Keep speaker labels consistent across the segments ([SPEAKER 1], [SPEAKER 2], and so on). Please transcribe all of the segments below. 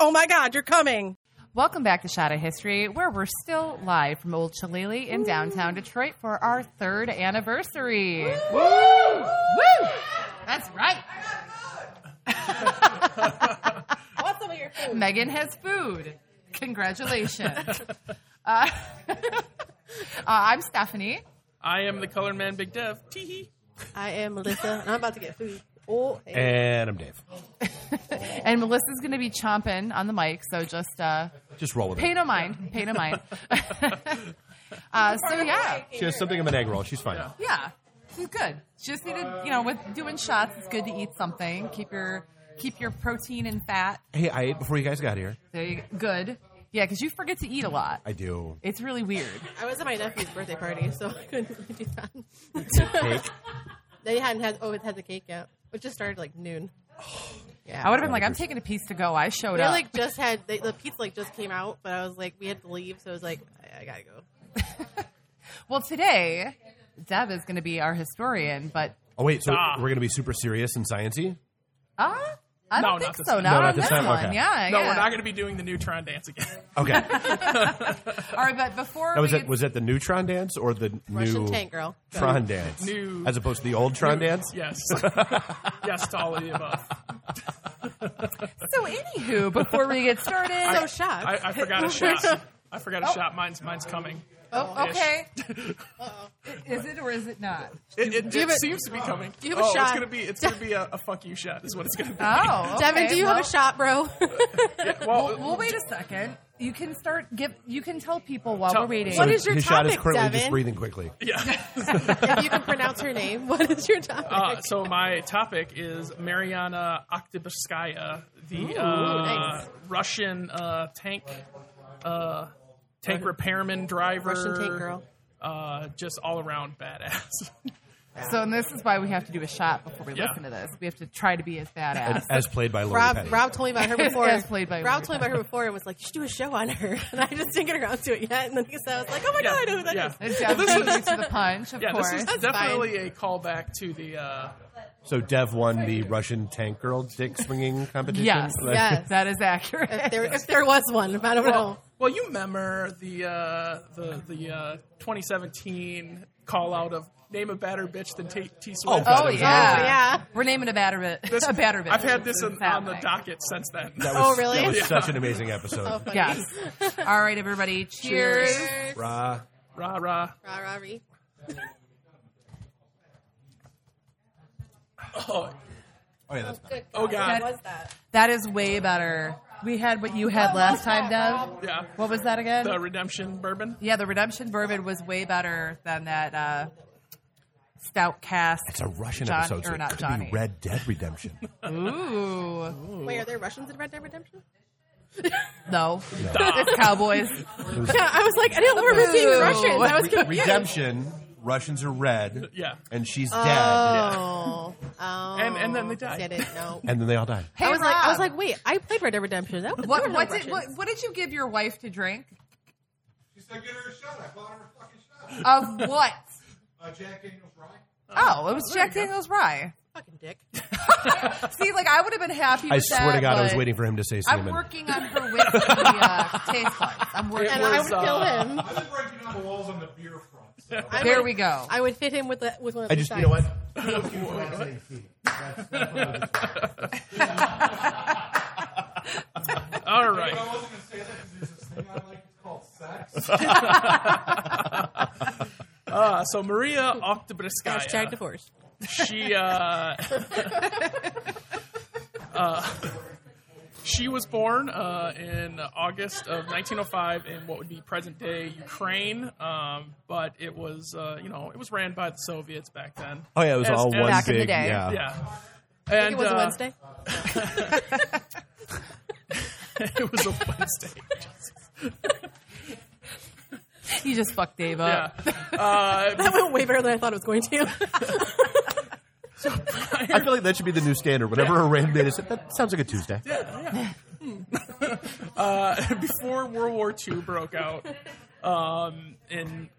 [SPEAKER 1] Oh my God, you're coming.
[SPEAKER 2] Welcome back to Shot of History, where we're still live from Old Chalili in downtown Detroit for our third anniversary. Woo! Woo! That's right.
[SPEAKER 1] Want some of your food?
[SPEAKER 2] Megan has food. Congratulations. uh, uh, I'm Stephanie.
[SPEAKER 3] I am the colored man, Big Dev. Tee hee.
[SPEAKER 1] I am Melissa, and I'm about to get food. Oh, hey.
[SPEAKER 4] And I'm Dave.
[SPEAKER 2] And Melissa's going to be chomping on the mic, so just uh,
[SPEAKER 4] Just roll with
[SPEAKER 2] pay
[SPEAKER 4] it.
[SPEAKER 2] no mind. Pay no mind. uh, so, yeah.
[SPEAKER 4] She has something of an egg roll. She's fine.
[SPEAKER 2] Yeah, she's good. She just needed, you know, with doing shots, it's good to eat something. Keep your keep your protein and fat.
[SPEAKER 4] Hey, I ate before you guys got here.
[SPEAKER 2] There you good. Yeah, because you forget to eat a lot.
[SPEAKER 4] I do.
[SPEAKER 2] It's really weird.
[SPEAKER 1] I was at my nephew's birthday party, so I couldn't really do
[SPEAKER 4] Cake.
[SPEAKER 1] that. they hadn't had oh, it had the cake yet, which just started like noon. Yeah,
[SPEAKER 2] I would have been like, I'm taking a piece to go. I showed
[SPEAKER 1] They
[SPEAKER 2] up.
[SPEAKER 1] like just had they, the pizza like just came out, but I was like, we had to leave, so I was like, I, I gotta go.
[SPEAKER 2] well, today Deb is going to be our historian, but
[SPEAKER 4] Oh wait, so
[SPEAKER 3] Ah.
[SPEAKER 4] we're gonna be super serious and sciency.
[SPEAKER 2] uh, I
[SPEAKER 3] No,
[SPEAKER 2] don't
[SPEAKER 3] not
[SPEAKER 2] think
[SPEAKER 3] this
[SPEAKER 2] so.
[SPEAKER 3] time.
[SPEAKER 2] Not
[SPEAKER 4] No, not
[SPEAKER 2] on
[SPEAKER 4] this
[SPEAKER 2] this
[SPEAKER 4] time?
[SPEAKER 2] one.
[SPEAKER 4] Okay.
[SPEAKER 1] Uh,
[SPEAKER 2] Yeah,
[SPEAKER 3] No,
[SPEAKER 2] yeah.
[SPEAKER 3] we're not going to be doing the Neutron dance again.
[SPEAKER 4] Okay, that
[SPEAKER 2] All right, but before
[SPEAKER 4] was
[SPEAKER 2] we
[SPEAKER 4] it. Was that the neutron dance or the
[SPEAKER 1] Russian
[SPEAKER 4] new
[SPEAKER 1] tank girl.
[SPEAKER 4] Tron dance,
[SPEAKER 3] New-
[SPEAKER 4] as opposed to the old Tron dance?
[SPEAKER 3] Yes. yes to all of the above.
[SPEAKER 2] so anywho, before we get started, Oh,
[SPEAKER 1] So shocked.
[SPEAKER 3] I, I forgot a shot. I forgot
[SPEAKER 1] Oh.
[SPEAKER 3] a shot. Mine's mine's coming.
[SPEAKER 2] oh, okay, is it or is it not?
[SPEAKER 3] It, it,
[SPEAKER 1] you
[SPEAKER 3] it
[SPEAKER 1] have a-
[SPEAKER 3] seems to be coming.
[SPEAKER 1] do you have a
[SPEAKER 3] oh, it's
[SPEAKER 1] shot?
[SPEAKER 3] gonna be it's gonna be a, a fuck you shot is what it's gonna be.
[SPEAKER 2] Oh, okay,
[SPEAKER 1] Devin, do you
[SPEAKER 2] well-
[SPEAKER 1] have a shot, bro?
[SPEAKER 3] well,
[SPEAKER 2] Oh, Well, wait a second. You can start. Give. You can tell people while
[SPEAKER 3] Tell-
[SPEAKER 2] we're waiting.
[SPEAKER 1] What
[SPEAKER 4] So
[SPEAKER 1] is your
[SPEAKER 4] his shot is
[SPEAKER 1] topic,
[SPEAKER 4] currently
[SPEAKER 1] Devin?
[SPEAKER 4] just breathing quickly.
[SPEAKER 3] yeah.
[SPEAKER 1] if you can pronounce her name, what is your topic?
[SPEAKER 3] Uh, so my topic is Mariana Oktyabskaya, the uh,
[SPEAKER 1] nice.
[SPEAKER 3] Russian uh, tank uh, tank repairman driver.
[SPEAKER 1] Russian tank girl.
[SPEAKER 3] Uh, just all around badass.
[SPEAKER 2] So, and this is why we have to do a shot before we
[SPEAKER 3] Yeah.
[SPEAKER 2] listen to this. We have to try to be as badass.
[SPEAKER 4] As played by Lori
[SPEAKER 1] Rob,
[SPEAKER 4] Petty.
[SPEAKER 1] Rob told me about her before.
[SPEAKER 2] As played by
[SPEAKER 1] Rob
[SPEAKER 2] Lori
[SPEAKER 1] told me about her before and was like, "You should do a show on her," and I just didn't get around to it yet. And then because I was like, "Oh my god, I know who that is."
[SPEAKER 3] yeah.
[SPEAKER 2] It's definitely to the punch, of
[SPEAKER 3] Yeah,
[SPEAKER 2] course.
[SPEAKER 3] this is
[SPEAKER 1] That's
[SPEAKER 3] definitely a callback to the. Uh,
[SPEAKER 4] So Dev won the Russian tank girl dick swinging competition.
[SPEAKER 2] yes,
[SPEAKER 4] Like-
[SPEAKER 2] yes, that is accurate.
[SPEAKER 1] If there, if there was one, if I don't
[SPEAKER 2] Oh.
[SPEAKER 1] know.
[SPEAKER 3] well, you remember the uh, the the uh, 2017 call out of name a badder bitch than T, T
[SPEAKER 2] oh
[SPEAKER 4] God,
[SPEAKER 3] Swift.
[SPEAKER 4] that was
[SPEAKER 2] yeah,
[SPEAKER 1] amazing. Yeah.
[SPEAKER 2] We're naming a batter bit.
[SPEAKER 3] This-
[SPEAKER 2] a batter bit.
[SPEAKER 3] I've had this
[SPEAKER 2] It's
[SPEAKER 3] in, on the
[SPEAKER 2] happening.
[SPEAKER 3] docket since then.
[SPEAKER 4] That
[SPEAKER 1] Oh,
[SPEAKER 4] was,
[SPEAKER 1] really?
[SPEAKER 4] That was
[SPEAKER 1] Yeah.
[SPEAKER 4] such an amazing episode.
[SPEAKER 1] Oh, funny.
[SPEAKER 2] Yes. All right, everybody. Cheers.
[SPEAKER 1] Cheers. Rah,
[SPEAKER 4] Rah.
[SPEAKER 3] rah rah.
[SPEAKER 1] rah, ree.
[SPEAKER 3] Oh,
[SPEAKER 4] Oh yeah, that's better.
[SPEAKER 3] oh god.
[SPEAKER 2] What was
[SPEAKER 1] that?
[SPEAKER 2] That is way better. We had what you had last time, Dev.
[SPEAKER 3] Yeah.
[SPEAKER 2] What was that again?
[SPEAKER 3] The redemption bourbon.
[SPEAKER 2] Yeah, the Redemption Bourbon was way better than that uh, stout cast.
[SPEAKER 4] It's a Russian
[SPEAKER 2] John-
[SPEAKER 4] episode, so
[SPEAKER 2] or
[SPEAKER 4] it
[SPEAKER 2] not
[SPEAKER 4] could
[SPEAKER 2] Johnny.
[SPEAKER 4] be Red Dead Redemption.
[SPEAKER 2] Ooh,
[SPEAKER 1] Wait, are there Russians in Red Dead Redemption?
[SPEAKER 2] no, it's cowboys.
[SPEAKER 1] Yeah, I was like, I didn't remember seeing
[SPEAKER 2] Ooh.
[SPEAKER 1] Russians. I was confused.
[SPEAKER 4] Redemption. Russians are red.
[SPEAKER 3] Yeah.
[SPEAKER 4] And she's
[SPEAKER 1] Oh,
[SPEAKER 4] dead.
[SPEAKER 1] oh.
[SPEAKER 3] And- and then they died.
[SPEAKER 1] Get it? No.
[SPEAKER 4] And then they all die.
[SPEAKER 2] Hey,
[SPEAKER 1] I was like, I was
[SPEAKER 2] Rob,
[SPEAKER 1] like, wait, I played Red Dead Redemption. That was there were
[SPEAKER 2] what,
[SPEAKER 1] no
[SPEAKER 2] what, did,
[SPEAKER 1] Russians.
[SPEAKER 2] what, what did you give your wife to drink?
[SPEAKER 5] She said, "Get her a shot." I bought her a fucking shot.
[SPEAKER 2] Of what?
[SPEAKER 5] Uh, Jack Daniel's rye.
[SPEAKER 2] Oh, it was Jack Daniel's rye.
[SPEAKER 1] Fucking dick.
[SPEAKER 2] See, like I would have been happy.
[SPEAKER 4] I
[SPEAKER 2] with
[SPEAKER 4] swear to
[SPEAKER 2] that,
[SPEAKER 4] God, I was
[SPEAKER 2] but
[SPEAKER 4] waiting for him to say
[SPEAKER 2] I'm
[SPEAKER 4] cinnamon.
[SPEAKER 2] working on her whiskey uh, taste buds. I'm working.
[SPEAKER 1] And
[SPEAKER 3] was,
[SPEAKER 1] I would kill him.
[SPEAKER 5] I've been breaking down the walls on the beer front. So.
[SPEAKER 1] I
[SPEAKER 2] There
[SPEAKER 1] would-
[SPEAKER 2] we go.
[SPEAKER 1] uh, I would fit him with the, with one of
[SPEAKER 4] I
[SPEAKER 1] the
[SPEAKER 4] just,
[SPEAKER 1] sides.
[SPEAKER 4] you know what?
[SPEAKER 3] All
[SPEAKER 5] But I
[SPEAKER 3] right.
[SPEAKER 5] wasn't gonna say that because there's this thing I like. It's called sex.
[SPEAKER 3] Uh, so Maria
[SPEAKER 1] Hashtag
[SPEAKER 3] Oktyabskaya.
[SPEAKER 1] divorce.
[SPEAKER 3] She uh, uh, She was born uh, in August of 1905 in what would be present day Ukraine, um, but it was uh, you know it was ran by the Soviets back then.
[SPEAKER 4] Oh yeah, it was
[SPEAKER 3] As-
[SPEAKER 4] all
[SPEAKER 3] as-
[SPEAKER 4] one
[SPEAKER 6] Back in the
[SPEAKER 4] big.
[SPEAKER 6] day.
[SPEAKER 4] Yeah.
[SPEAKER 3] Yeah,
[SPEAKER 1] I
[SPEAKER 3] and
[SPEAKER 1] think it was a
[SPEAKER 3] uh,
[SPEAKER 1] Wednesday.
[SPEAKER 3] it was a Wednesday.
[SPEAKER 2] You just fucked Dave
[SPEAKER 3] yeah.
[SPEAKER 2] up.
[SPEAKER 3] Uh,
[SPEAKER 1] That went way better than I thought it was going to.
[SPEAKER 4] I feel like that should be the new standard. Whenever a random date is, that sounds like a Tuesday.
[SPEAKER 3] before World War II broke out, um, in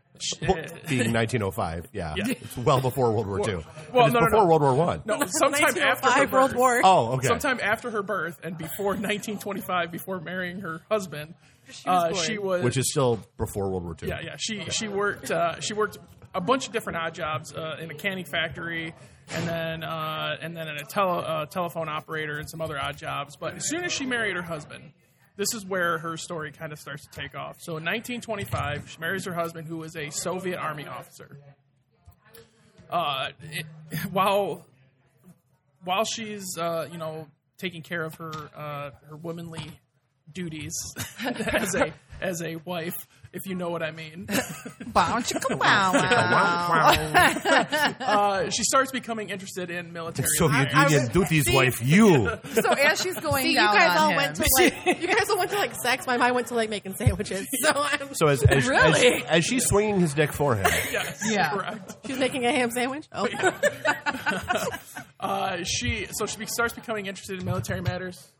[SPEAKER 4] Well, Being 1905, yeah.
[SPEAKER 3] Yeah.
[SPEAKER 4] it's well before World War II.
[SPEAKER 3] well,
[SPEAKER 4] it's
[SPEAKER 3] no, no,
[SPEAKER 4] before
[SPEAKER 3] no.
[SPEAKER 4] World War One.
[SPEAKER 3] no, sometime after her
[SPEAKER 1] 1905 World
[SPEAKER 3] birth.
[SPEAKER 1] War.
[SPEAKER 4] Oh, okay.
[SPEAKER 3] Sometime after her birth and before 1925, before marrying her husband, she was,
[SPEAKER 1] born.
[SPEAKER 3] she was
[SPEAKER 4] which is still before World War II.
[SPEAKER 3] yeah, yeah. She she worked uh, she worked a bunch of different odd jobs uh, in a canning factory, and then uh, and then in a tele, uh, telephone operator and some other odd jobs. But as soon as she married her husband, this is where her story kind of starts to take off. So in 1925, she marries her husband, who is a Soviet army officer. Uh, it, while while she's uh, you know taking care of her uh, her womanly duties as a as a wife, if you know what I mean.
[SPEAKER 2] Bow, chicka, wow, wow.
[SPEAKER 3] Uh, she starts becoming interested in military.
[SPEAKER 4] Soviet
[SPEAKER 3] affairs.
[SPEAKER 4] Union duties, wife, you.
[SPEAKER 2] So as she's going
[SPEAKER 1] See, you
[SPEAKER 2] down
[SPEAKER 1] guys
[SPEAKER 2] on
[SPEAKER 1] all
[SPEAKER 2] him,
[SPEAKER 1] went to like you guys all went to like sex. My mind went to like making sandwiches. So I'm
[SPEAKER 4] So as as,
[SPEAKER 1] Really?
[SPEAKER 4] as as she's swinging his dick for him,
[SPEAKER 3] Yes,
[SPEAKER 2] Yeah.
[SPEAKER 3] correct.
[SPEAKER 1] she's making a ham sandwich. Oh,
[SPEAKER 3] Uh, she so she be- starts becoming interested in military matters.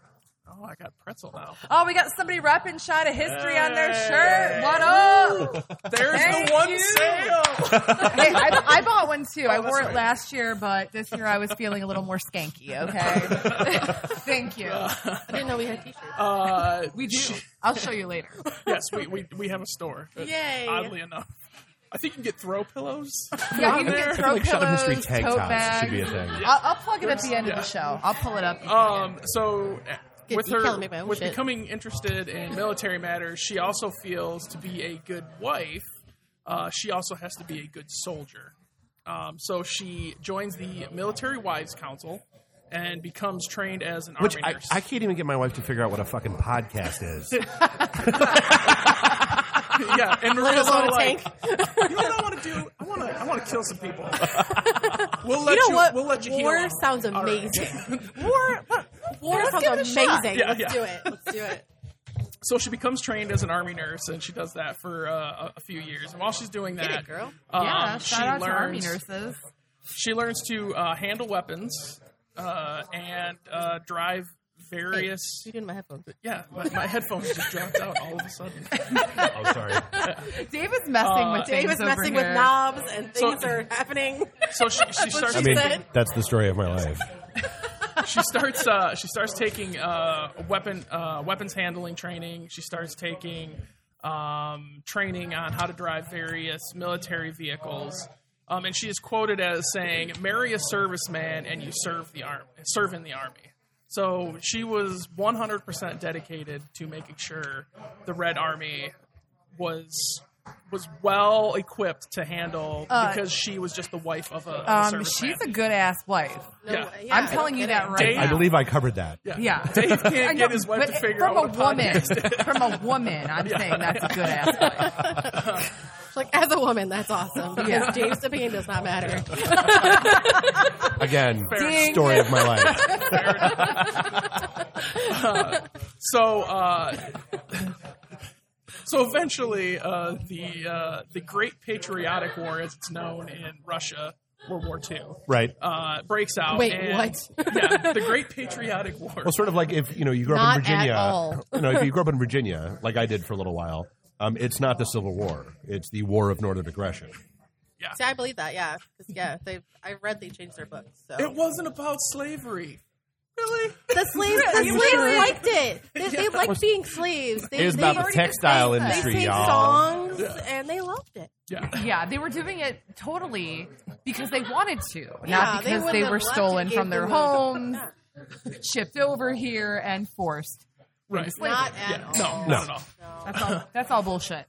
[SPEAKER 3] Oh, I got pretzel now.
[SPEAKER 6] Oh, we got somebody repping shot of history on their shirt. What up?
[SPEAKER 3] There's
[SPEAKER 6] Thank
[SPEAKER 3] the one
[SPEAKER 6] you.
[SPEAKER 3] sale.
[SPEAKER 2] Hey, I, I bought one too. I
[SPEAKER 3] Oh, that's
[SPEAKER 2] wore it
[SPEAKER 3] right.
[SPEAKER 2] last year, but this year I was feeling a little more skanky. Okay, thank you.
[SPEAKER 1] I didn't know we had t-shirts.
[SPEAKER 3] Uh,
[SPEAKER 2] We do. I'll show you later.
[SPEAKER 3] yes, we, we we have a store. But
[SPEAKER 1] Yay.
[SPEAKER 3] Oddly enough, I think you can get throw pillows.
[SPEAKER 2] Yeah, you
[SPEAKER 3] on
[SPEAKER 2] can
[SPEAKER 3] there.
[SPEAKER 2] get throw
[SPEAKER 4] like shot of
[SPEAKER 2] pillows,
[SPEAKER 4] history tank
[SPEAKER 2] tote
[SPEAKER 4] tops should be a
[SPEAKER 2] bags.
[SPEAKER 4] thing.
[SPEAKER 2] I'll, I'll plug it at the end of
[SPEAKER 3] Yeah.
[SPEAKER 2] the show. I'll pull it up.
[SPEAKER 3] Um, so uh,
[SPEAKER 1] Get
[SPEAKER 3] with
[SPEAKER 1] detail
[SPEAKER 3] her
[SPEAKER 1] and make my own
[SPEAKER 3] with
[SPEAKER 1] shit.
[SPEAKER 3] becoming interested in military matters, she also feels to be a good wife. Uh, she also has to be a good soldier. Um, so she joins the Military Wives Council and becomes trained as an
[SPEAKER 4] Which
[SPEAKER 3] army
[SPEAKER 4] I,
[SPEAKER 3] nurse.
[SPEAKER 4] I can't even get my wife to figure out what a fucking podcast is.
[SPEAKER 3] yeah, and Maria's
[SPEAKER 1] Alone
[SPEAKER 3] all
[SPEAKER 1] a
[SPEAKER 3] like,
[SPEAKER 1] tank.
[SPEAKER 3] "You know what I want to do? I want to I want to kill some people. We'll let
[SPEAKER 1] you
[SPEAKER 3] you,
[SPEAKER 1] know what?
[SPEAKER 3] We'll let you heal
[SPEAKER 1] War
[SPEAKER 3] them."
[SPEAKER 1] sounds
[SPEAKER 3] All right.
[SPEAKER 1] amazing. War, war
[SPEAKER 2] Let's give it a
[SPEAKER 1] sounds
[SPEAKER 2] shot.
[SPEAKER 1] amazing.
[SPEAKER 3] Yeah,
[SPEAKER 1] Let's
[SPEAKER 3] yeah.
[SPEAKER 1] do it. Let's do it.
[SPEAKER 3] so she becomes trained as an army nurse, and she does that for uh, a, a few years. And while she's doing that,
[SPEAKER 1] it, girl.
[SPEAKER 3] um,
[SPEAKER 2] yeah,
[SPEAKER 3] she
[SPEAKER 2] shout out
[SPEAKER 3] learns
[SPEAKER 2] to army nurses.
[SPEAKER 3] she learns to uh, handle weapons uh, and uh, drive various.
[SPEAKER 1] You doing my headphones?
[SPEAKER 3] Yeah, my, my headphones just dropped out all of a sudden.
[SPEAKER 4] oh, sorry.
[SPEAKER 2] Dave is Oh, messing with things
[SPEAKER 1] Dave is
[SPEAKER 2] over
[SPEAKER 1] messing
[SPEAKER 2] here.
[SPEAKER 1] with knobs and
[SPEAKER 3] So-
[SPEAKER 1] things are happening.
[SPEAKER 3] So she, she starts.
[SPEAKER 4] I
[SPEAKER 1] She
[SPEAKER 4] mean,
[SPEAKER 1] said-
[SPEAKER 4] that's the story of my life.
[SPEAKER 3] she starts uh, she starts taking uh, weapon uh, weapons handling training. She starts taking um, training on how to drive various military vehicles. Um, and she is quoted as saying, "Marry a serviceman, and you serve the arm, serve in the army." So she was 100% dedicated to making sure the Red Army was was well equipped to handle
[SPEAKER 2] Uh,
[SPEAKER 3] because she was just the wife of a, of a
[SPEAKER 2] Um,
[SPEAKER 3] serviceman.
[SPEAKER 2] she's a good ass wife.
[SPEAKER 1] No,
[SPEAKER 3] Yeah.
[SPEAKER 1] way.
[SPEAKER 2] I'm telling you that right
[SPEAKER 3] Dave-
[SPEAKER 2] now.
[SPEAKER 4] I believe I covered that.
[SPEAKER 2] Yeah.
[SPEAKER 3] Dave can't
[SPEAKER 2] I know,
[SPEAKER 3] get his wife
[SPEAKER 2] but
[SPEAKER 3] to figure
[SPEAKER 2] from
[SPEAKER 3] out
[SPEAKER 2] a
[SPEAKER 3] what a
[SPEAKER 2] woman.
[SPEAKER 3] podcast
[SPEAKER 2] From a woman, I'm saying that's a good ass wife.
[SPEAKER 1] Like as a woman, that's awesome. Because
[SPEAKER 2] Yeah.
[SPEAKER 1] Dave's opinion does not matter.
[SPEAKER 4] Again,
[SPEAKER 2] Ding.
[SPEAKER 4] story of my life.
[SPEAKER 3] So, uh, so eventually, uh, the uh, the Great Patriotic War, as it's known in Russia, World War II,
[SPEAKER 4] Right.
[SPEAKER 3] uh, breaks out.
[SPEAKER 1] Wait,
[SPEAKER 3] and-
[SPEAKER 1] what?
[SPEAKER 3] yeah, the Great Patriotic War.
[SPEAKER 4] Well, sort of like if you know you grew
[SPEAKER 1] Not
[SPEAKER 4] up in
[SPEAKER 1] at
[SPEAKER 4] Virginia.
[SPEAKER 1] all.
[SPEAKER 4] You know, if you grew up in Virginia, like I did for a little while, um, it's not the Civil War; it's the War of Northern Aggression.
[SPEAKER 1] See, I believe that. Yeah, 'Cause, yeah. They, I read they changed their books. So
[SPEAKER 3] It wasn't about slavery, really.
[SPEAKER 1] the slaves, the
[SPEAKER 2] You
[SPEAKER 1] slaves
[SPEAKER 2] really-
[SPEAKER 1] liked it. They, they liked being slaves. They,
[SPEAKER 4] It was
[SPEAKER 1] they,
[SPEAKER 4] about the
[SPEAKER 1] already-
[SPEAKER 4] textile
[SPEAKER 2] discussed that.
[SPEAKER 1] they
[SPEAKER 4] industry,
[SPEAKER 1] sang
[SPEAKER 4] y'all.
[SPEAKER 1] songs and they loved it.
[SPEAKER 3] Yeah.
[SPEAKER 2] Yeah, they were doing it totally because they wanted to,
[SPEAKER 1] Yeah,
[SPEAKER 2] not because
[SPEAKER 1] wouldn't
[SPEAKER 2] they,
[SPEAKER 1] have
[SPEAKER 2] were
[SPEAKER 1] left
[SPEAKER 2] stolen
[SPEAKER 1] if
[SPEAKER 2] from
[SPEAKER 1] they
[SPEAKER 2] their
[SPEAKER 1] would have-
[SPEAKER 2] homes,
[SPEAKER 1] Yeah.
[SPEAKER 2] shipped over here, and forced.
[SPEAKER 3] Right.
[SPEAKER 1] Not at
[SPEAKER 3] Yeah.
[SPEAKER 1] all.
[SPEAKER 3] No,
[SPEAKER 4] No.
[SPEAKER 3] not at all.
[SPEAKER 2] That's all. That's all bullshit.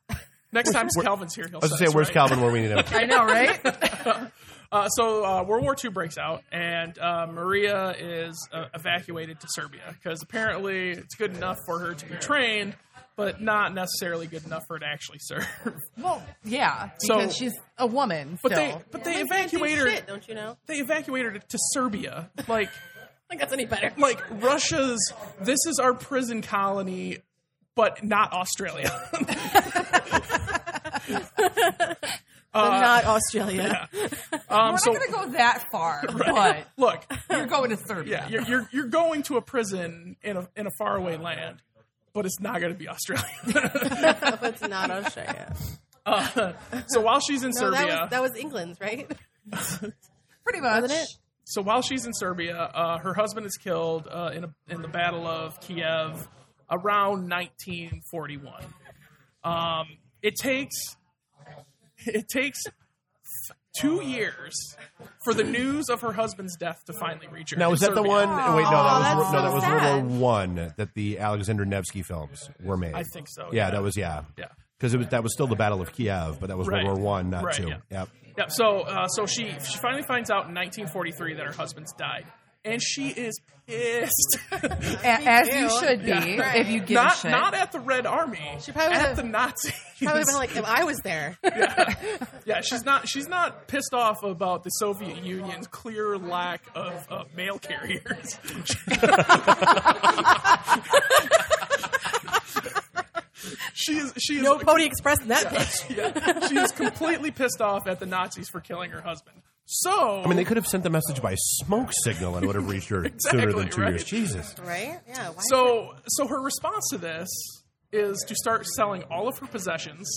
[SPEAKER 3] Next time Calvin's here,
[SPEAKER 4] I
[SPEAKER 3] he'll
[SPEAKER 4] was
[SPEAKER 3] say,
[SPEAKER 4] gonna say, where's
[SPEAKER 3] right?
[SPEAKER 4] Calvin? Where we need him?
[SPEAKER 2] I know, right?
[SPEAKER 3] Uh, so uh, World War II breaks out, and uh, Maria is uh, evacuated to Serbia because apparently it's good enough for her to be trained, but not necessarily good enough for her to actually serve.
[SPEAKER 2] Well, yeah,
[SPEAKER 3] So-
[SPEAKER 2] because she's a woman.
[SPEAKER 3] But
[SPEAKER 2] still.
[SPEAKER 3] they but they
[SPEAKER 1] Women can't do
[SPEAKER 3] evacuate her.
[SPEAKER 1] shit, don't you know?
[SPEAKER 3] They evacuate her to, to Serbia, like
[SPEAKER 1] I think that's any better.
[SPEAKER 3] like Russia's. This is our prison colony, but not Australia. Um,
[SPEAKER 4] Uh,
[SPEAKER 1] But not Australia.
[SPEAKER 3] Um,
[SPEAKER 2] We're
[SPEAKER 3] so
[SPEAKER 2] not going to go that far, but
[SPEAKER 3] look,
[SPEAKER 2] you're going to Serbia.
[SPEAKER 3] yeah, you're, you're you're going to a prison in a in a faraway land, but it's not going to be Australia.
[SPEAKER 1] But it's not Australia.
[SPEAKER 3] Uh, so while she's in
[SPEAKER 1] No,
[SPEAKER 3] Serbia,
[SPEAKER 1] that was, that was England, right?
[SPEAKER 2] Pretty much.
[SPEAKER 1] Wasn't it?
[SPEAKER 3] so while she's in Serbia, uh, her husband is killed uh, in a, in the Battle of Kiev around 1941. Um, it takes it takes two years for the news of her husband's death to finally reach her.
[SPEAKER 4] Now
[SPEAKER 3] in
[SPEAKER 4] was that the
[SPEAKER 3] Serbia.
[SPEAKER 4] one? Wait, no, that was
[SPEAKER 1] Oh, that's
[SPEAKER 4] no,
[SPEAKER 1] so
[SPEAKER 4] that was
[SPEAKER 1] sad.
[SPEAKER 4] World War One that the Alexander Nevsky films were made.
[SPEAKER 3] I think so,
[SPEAKER 4] Yeah,
[SPEAKER 3] yeah.
[SPEAKER 4] that was yeah,
[SPEAKER 3] Yeah.
[SPEAKER 4] because it was that was still the Battle of Kiev, but that was
[SPEAKER 3] Right.
[SPEAKER 4] World War One, not
[SPEAKER 3] Right,
[SPEAKER 4] two.
[SPEAKER 3] yeah.
[SPEAKER 4] Yep.
[SPEAKER 3] Yeah, so uh, so she she finally finds out in 1943 that her husband's died, and she is pissed.
[SPEAKER 2] A- as
[SPEAKER 1] Me
[SPEAKER 2] you
[SPEAKER 1] too.
[SPEAKER 2] should be
[SPEAKER 3] Yeah.
[SPEAKER 2] if you give a
[SPEAKER 3] not
[SPEAKER 2] shit.
[SPEAKER 3] not at the Red Army.
[SPEAKER 1] She probably
[SPEAKER 3] at
[SPEAKER 1] would've-
[SPEAKER 3] the Nazis.
[SPEAKER 1] Probably been like if I was there.
[SPEAKER 3] yeah, she's not she's not pissed off about the Soviet Union's clear lack of uh, mail carriers. she is she is
[SPEAKER 1] No Pony Express in that bitch.
[SPEAKER 3] yeah, she is completely pissed off at the Nazis for killing her husband. So
[SPEAKER 4] I mean, they could have sent the message by smoke signal and it would have reached her sooner than
[SPEAKER 3] Exactly,
[SPEAKER 4] two
[SPEAKER 3] right.
[SPEAKER 4] years. Jesus.
[SPEAKER 1] Right? Yeah. Why
[SPEAKER 3] So, so her response to this is to start selling all of her possessions,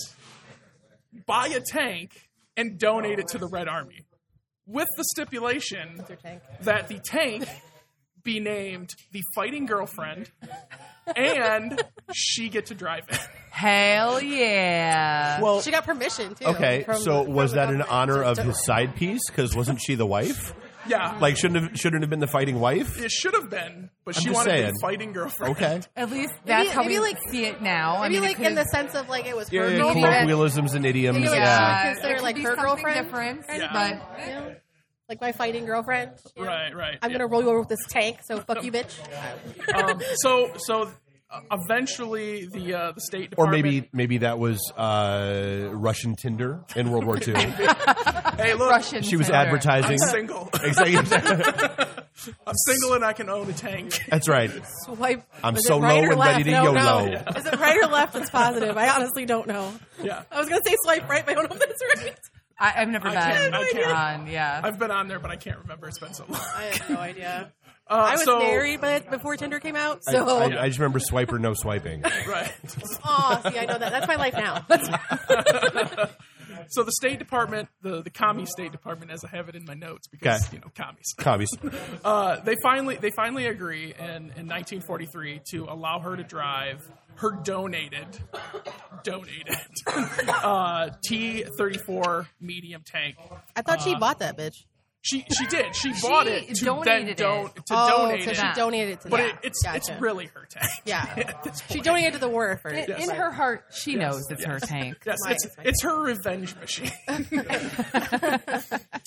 [SPEAKER 3] buy a tank, and donate it to the Red Army, with the stipulation
[SPEAKER 1] your tank?
[SPEAKER 3] that the tank be named the Fighting Girlfriend, and she get to drive it.
[SPEAKER 2] Hell yeah.
[SPEAKER 4] Well,
[SPEAKER 1] She got permission too.
[SPEAKER 4] okay.
[SPEAKER 1] from-
[SPEAKER 4] So
[SPEAKER 1] from
[SPEAKER 4] was
[SPEAKER 1] the
[SPEAKER 4] that in
[SPEAKER 1] government
[SPEAKER 4] honor
[SPEAKER 1] to-
[SPEAKER 4] of
[SPEAKER 1] to-
[SPEAKER 4] his side piece? Because wasn't she the wife?
[SPEAKER 3] Yeah,
[SPEAKER 4] Like, shouldn't have, shouldn't have been the fighting wife?
[SPEAKER 3] it should have been, but she
[SPEAKER 4] just
[SPEAKER 3] wanted to be
[SPEAKER 4] saying.
[SPEAKER 3] the Fighting Girlfriend.
[SPEAKER 4] Okay.
[SPEAKER 2] At least that's how
[SPEAKER 1] maybe
[SPEAKER 2] we
[SPEAKER 1] like-
[SPEAKER 2] see it now. I
[SPEAKER 1] Maybe
[SPEAKER 2] mean, it
[SPEAKER 1] like
[SPEAKER 2] could
[SPEAKER 1] in the
[SPEAKER 2] have-
[SPEAKER 1] sense of like it was
[SPEAKER 4] Yeah,
[SPEAKER 1] her
[SPEAKER 4] yeah,
[SPEAKER 1] girlfriend.
[SPEAKER 4] colloquialisms and idioms.
[SPEAKER 1] Maybe
[SPEAKER 4] Yeah.
[SPEAKER 1] like
[SPEAKER 2] yeah.
[SPEAKER 1] consider,
[SPEAKER 2] it could
[SPEAKER 1] like,
[SPEAKER 2] be
[SPEAKER 1] her
[SPEAKER 2] something
[SPEAKER 1] girlfriend.
[SPEAKER 2] different,
[SPEAKER 3] Yeah.
[SPEAKER 2] but
[SPEAKER 1] You know? Like my fighting girlfriend. you know?
[SPEAKER 3] Right, right.
[SPEAKER 1] I'm
[SPEAKER 3] yeah.
[SPEAKER 1] gonna roll you over with this tank, so fuck you, bitch.
[SPEAKER 3] Um, so, so uh, eventually the uh, the State
[SPEAKER 4] Or
[SPEAKER 3] Department
[SPEAKER 4] maybe maybe that was uh, Russian Tinder in World War II.
[SPEAKER 3] hey look
[SPEAKER 2] Russian.
[SPEAKER 4] she was
[SPEAKER 2] Tinder.
[SPEAKER 4] advertising.
[SPEAKER 3] I'm single.
[SPEAKER 4] Exactly.
[SPEAKER 3] I'm single and I can own a tank.
[SPEAKER 4] That's right.
[SPEAKER 1] Swipe.
[SPEAKER 4] I'm
[SPEAKER 1] is
[SPEAKER 4] so
[SPEAKER 1] it right
[SPEAKER 4] low
[SPEAKER 1] or
[SPEAKER 4] and
[SPEAKER 1] left?
[SPEAKER 4] ready to
[SPEAKER 1] no,
[SPEAKER 4] YOLO.
[SPEAKER 1] No. Is it right or left? It's positive. I honestly don't know.
[SPEAKER 3] Yeah.
[SPEAKER 1] I was gonna say swipe right, but I don't know if that's right.
[SPEAKER 2] I, I've never been
[SPEAKER 3] can't- I can't.
[SPEAKER 2] on. Yeah.
[SPEAKER 3] I've been on there, but I can't remember. It's been so long.
[SPEAKER 1] I have no idea.
[SPEAKER 3] Uh,
[SPEAKER 1] I was
[SPEAKER 3] so,
[SPEAKER 1] married, but before Tinder came out,
[SPEAKER 4] I,
[SPEAKER 1] so
[SPEAKER 4] I, I just remember swipe or no swiping.
[SPEAKER 3] Right.
[SPEAKER 1] oh, see, I know that. That's my life now. That's
[SPEAKER 3] So the State Department, the, the commie State Department, as I have it in my notes, because
[SPEAKER 4] Okay.
[SPEAKER 3] you know commies.
[SPEAKER 4] Commies.
[SPEAKER 3] Uh, they finally they finally agree in, in 1943 to allow her to drive her donated donated uh, T34 medium tank.
[SPEAKER 1] I thought
[SPEAKER 4] Uh,
[SPEAKER 1] she bought that bitch.
[SPEAKER 3] She she did. She, bought it to
[SPEAKER 2] donated
[SPEAKER 3] then
[SPEAKER 2] it.
[SPEAKER 3] don- to
[SPEAKER 1] oh,
[SPEAKER 3] donate
[SPEAKER 1] so
[SPEAKER 3] it.
[SPEAKER 1] she donated it to
[SPEAKER 3] but
[SPEAKER 1] them.
[SPEAKER 3] it, it's
[SPEAKER 1] Gotcha.
[SPEAKER 3] it's really her tank.
[SPEAKER 1] yeah. she donated it to the war effort.
[SPEAKER 2] In-
[SPEAKER 3] yes.
[SPEAKER 2] in her heart, she knows it's her tank.
[SPEAKER 3] Yes,
[SPEAKER 1] Right,
[SPEAKER 3] it's,
[SPEAKER 1] right.
[SPEAKER 3] it's her revenge machine.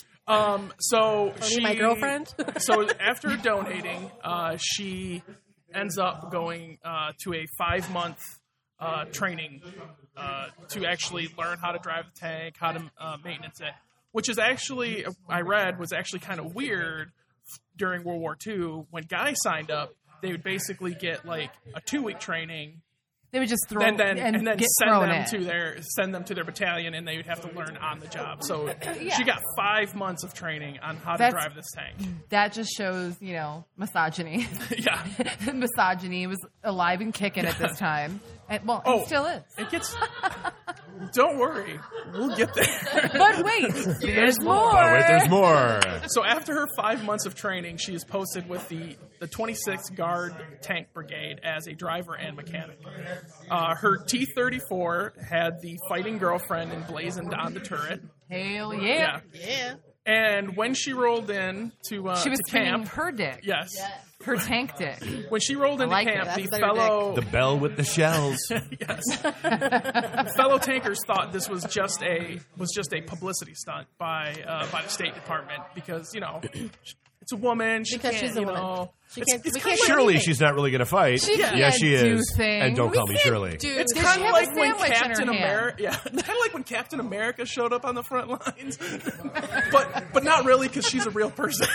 [SPEAKER 3] um, so she,
[SPEAKER 1] my girlfriend?
[SPEAKER 3] so after donating, uh, she ends up going uh, to a five month uh, training uh, to actually learn how to drive the tank, how to uh, maintenance it, which is actually I read was actually kind of weird during World War II when guys signed up. They would basically get like a two week training
[SPEAKER 2] They would just throw
[SPEAKER 3] and then and, then
[SPEAKER 2] get
[SPEAKER 3] send
[SPEAKER 2] thrown
[SPEAKER 3] them
[SPEAKER 2] in.
[SPEAKER 3] to their send them to their battalion, and they would have to learn on the job. So she got five months of training on how to
[SPEAKER 2] That's-
[SPEAKER 3] drive this tank.
[SPEAKER 2] That just shows, you know, misogyny.
[SPEAKER 3] yeah,
[SPEAKER 2] misogyny was alive and kicking at this time. And, well,
[SPEAKER 3] Oh.
[SPEAKER 2] it still is.
[SPEAKER 3] it gets. don't worry, we'll get there.
[SPEAKER 2] But wait, there's more.
[SPEAKER 4] Oh, wait, there's more.
[SPEAKER 3] So after her five months of training, she is posted with the the 26th Guard Tank Brigade as a driver and mechanic. Uh, her T-34 had the fighting girlfriend emblazoned on the turret.
[SPEAKER 2] Hell
[SPEAKER 3] Yeah.
[SPEAKER 2] yeah.
[SPEAKER 1] yeah.
[SPEAKER 3] And when she rolled in to, uh,
[SPEAKER 2] She was
[SPEAKER 3] to
[SPEAKER 2] swinging
[SPEAKER 3] camp,
[SPEAKER 2] her dick,
[SPEAKER 3] yes.
[SPEAKER 2] her tank dick.
[SPEAKER 3] When she rolled into
[SPEAKER 2] like it.
[SPEAKER 3] camp,
[SPEAKER 1] That's
[SPEAKER 3] the
[SPEAKER 1] better
[SPEAKER 3] fellow
[SPEAKER 4] The bell with the shells.
[SPEAKER 3] fellow tankers thought this was just a was just a publicity stunt by uh, by the State Department because you know it's a woman. She
[SPEAKER 1] Because
[SPEAKER 3] can't,
[SPEAKER 1] she's a
[SPEAKER 3] you
[SPEAKER 1] woman.
[SPEAKER 3] Know,
[SPEAKER 1] She
[SPEAKER 3] it's-
[SPEAKER 1] can't-
[SPEAKER 3] it's
[SPEAKER 1] we
[SPEAKER 3] kinda
[SPEAKER 1] can't do
[SPEAKER 3] like-
[SPEAKER 4] Surely
[SPEAKER 1] anything.
[SPEAKER 4] she's not really going to fight.
[SPEAKER 2] She
[SPEAKER 3] Yeah,
[SPEAKER 4] yeah, she
[SPEAKER 2] can't do
[SPEAKER 4] is.
[SPEAKER 2] things.
[SPEAKER 4] And don't call me Shirley.
[SPEAKER 1] Dude,
[SPEAKER 3] It's
[SPEAKER 1] this
[SPEAKER 3] kind
[SPEAKER 2] has
[SPEAKER 3] of
[SPEAKER 2] a
[SPEAKER 3] like when
[SPEAKER 2] sandwich in her
[SPEAKER 3] Captain
[SPEAKER 2] hand.
[SPEAKER 3] America, yeah, kind of like when Captain America showed up on the front lines, but but not really because she's a real person.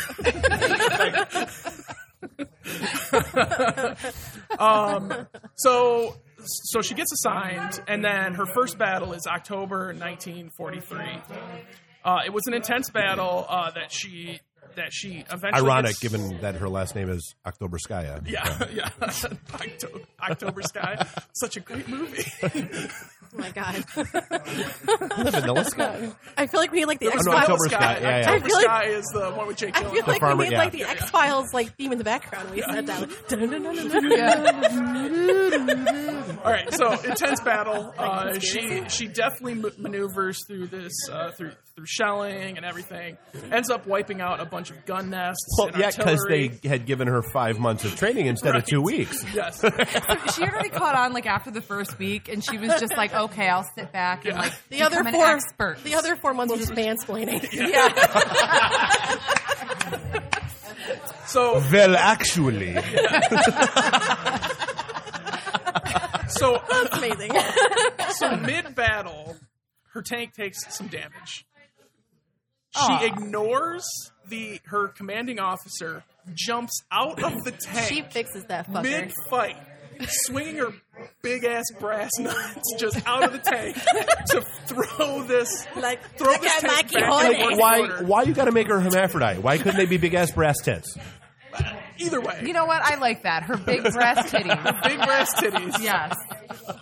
[SPEAKER 3] um, so so she gets assigned, and then her first battle is October 1943. Uh, it was an intense battle uh, that she that she eventually
[SPEAKER 4] Ironic,
[SPEAKER 3] gets-
[SPEAKER 4] given that her last name is Oktoberskaya.
[SPEAKER 3] yeah yeah October, October Sky such a great movie.
[SPEAKER 1] Oh my god.
[SPEAKER 4] Vanilla Sky.
[SPEAKER 1] I feel like we need like the X
[SPEAKER 4] Oh, no, October
[SPEAKER 1] Files.
[SPEAKER 4] Sky, yeah, yeah.
[SPEAKER 3] Oh, October
[SPEAKER 1] I feel like-
[SPEAKER 3] Sky is the one with Jake
[SPEAKER 1] I feel
[SPEAKER 3] Gyllenhaal.
[SPEAKER 1] like
[SPEAKER 4] farmer,
[SPEAKER 1] we need
[SPEAKER 4] yeah.
[SPEAKER 1] like the X Files like theme in the background. when We sat down.
[SPEAKER 3] All right, so intense battle. Uh, she she definitely ma- maneuvers through this uh, through through shelling and everything. Ends up wiping out a bunch of gun nests.
[SPEAKER 4] Well,
[SPEAKER 3] and
[SPEAKER 4] yeah, because
[SPEAKER 3] artillery.
[SPEAKER 4] they had given her five months of training instead of two weeks.
[SPEAKER 3] yes.
[SPEAKER 2] she had already caught on like after the first week, and she was just like, "Okay, I'll sit back and like
[SPEAKER 1] The other
[SPEAKER 2] become an
[SPEAKER 1] four,
[SPEAKER 2] expert."
[SPEAKER 1] the other four months were just mansplaining.
[SPEAKER 3] So
[SPEAKER 4] Well, actually,
[SPEAKER 3] so
[SPEAKER 1] That's amazing.
[SPEAKER 3] so mid battle, her tank takes some damage. She
[SPEAKER 1] Ah.
[SPEAKER 2] Aw.
[SPEAKER 3] ignores the her commanding officer, jumps out of the tank.
[SPEAKER 1] she fixes that fucker.
[SPEAKER 3] mid fight, swinging her big ass brass nuts just out of the tank to throw this
[SPEAKER 1] like
[SPEAKER 3] throw
[SPEAKER 1] look
[SPEAKER 3] this
[SPEAKER 1] at
[SPEAKER 3] tank
[SPEAKER 1] Mikey
[SPEAKER 3] back in the
[SPEAKER 1] Horner.
[SPEAKER 3] work
[SPEAKER 4] why
[SPEAKER 3] order.
[SPEAKER 4] why you got to make her hermaphrodite? Why couldn't they be big ass brass tits?
[SPEAKER 3] Either way,
[SPEAKER 2] you know what? I like that. Her big breast titties.
[SPEAKER 3] big brass titties.
[SPEAKER 2] Yes,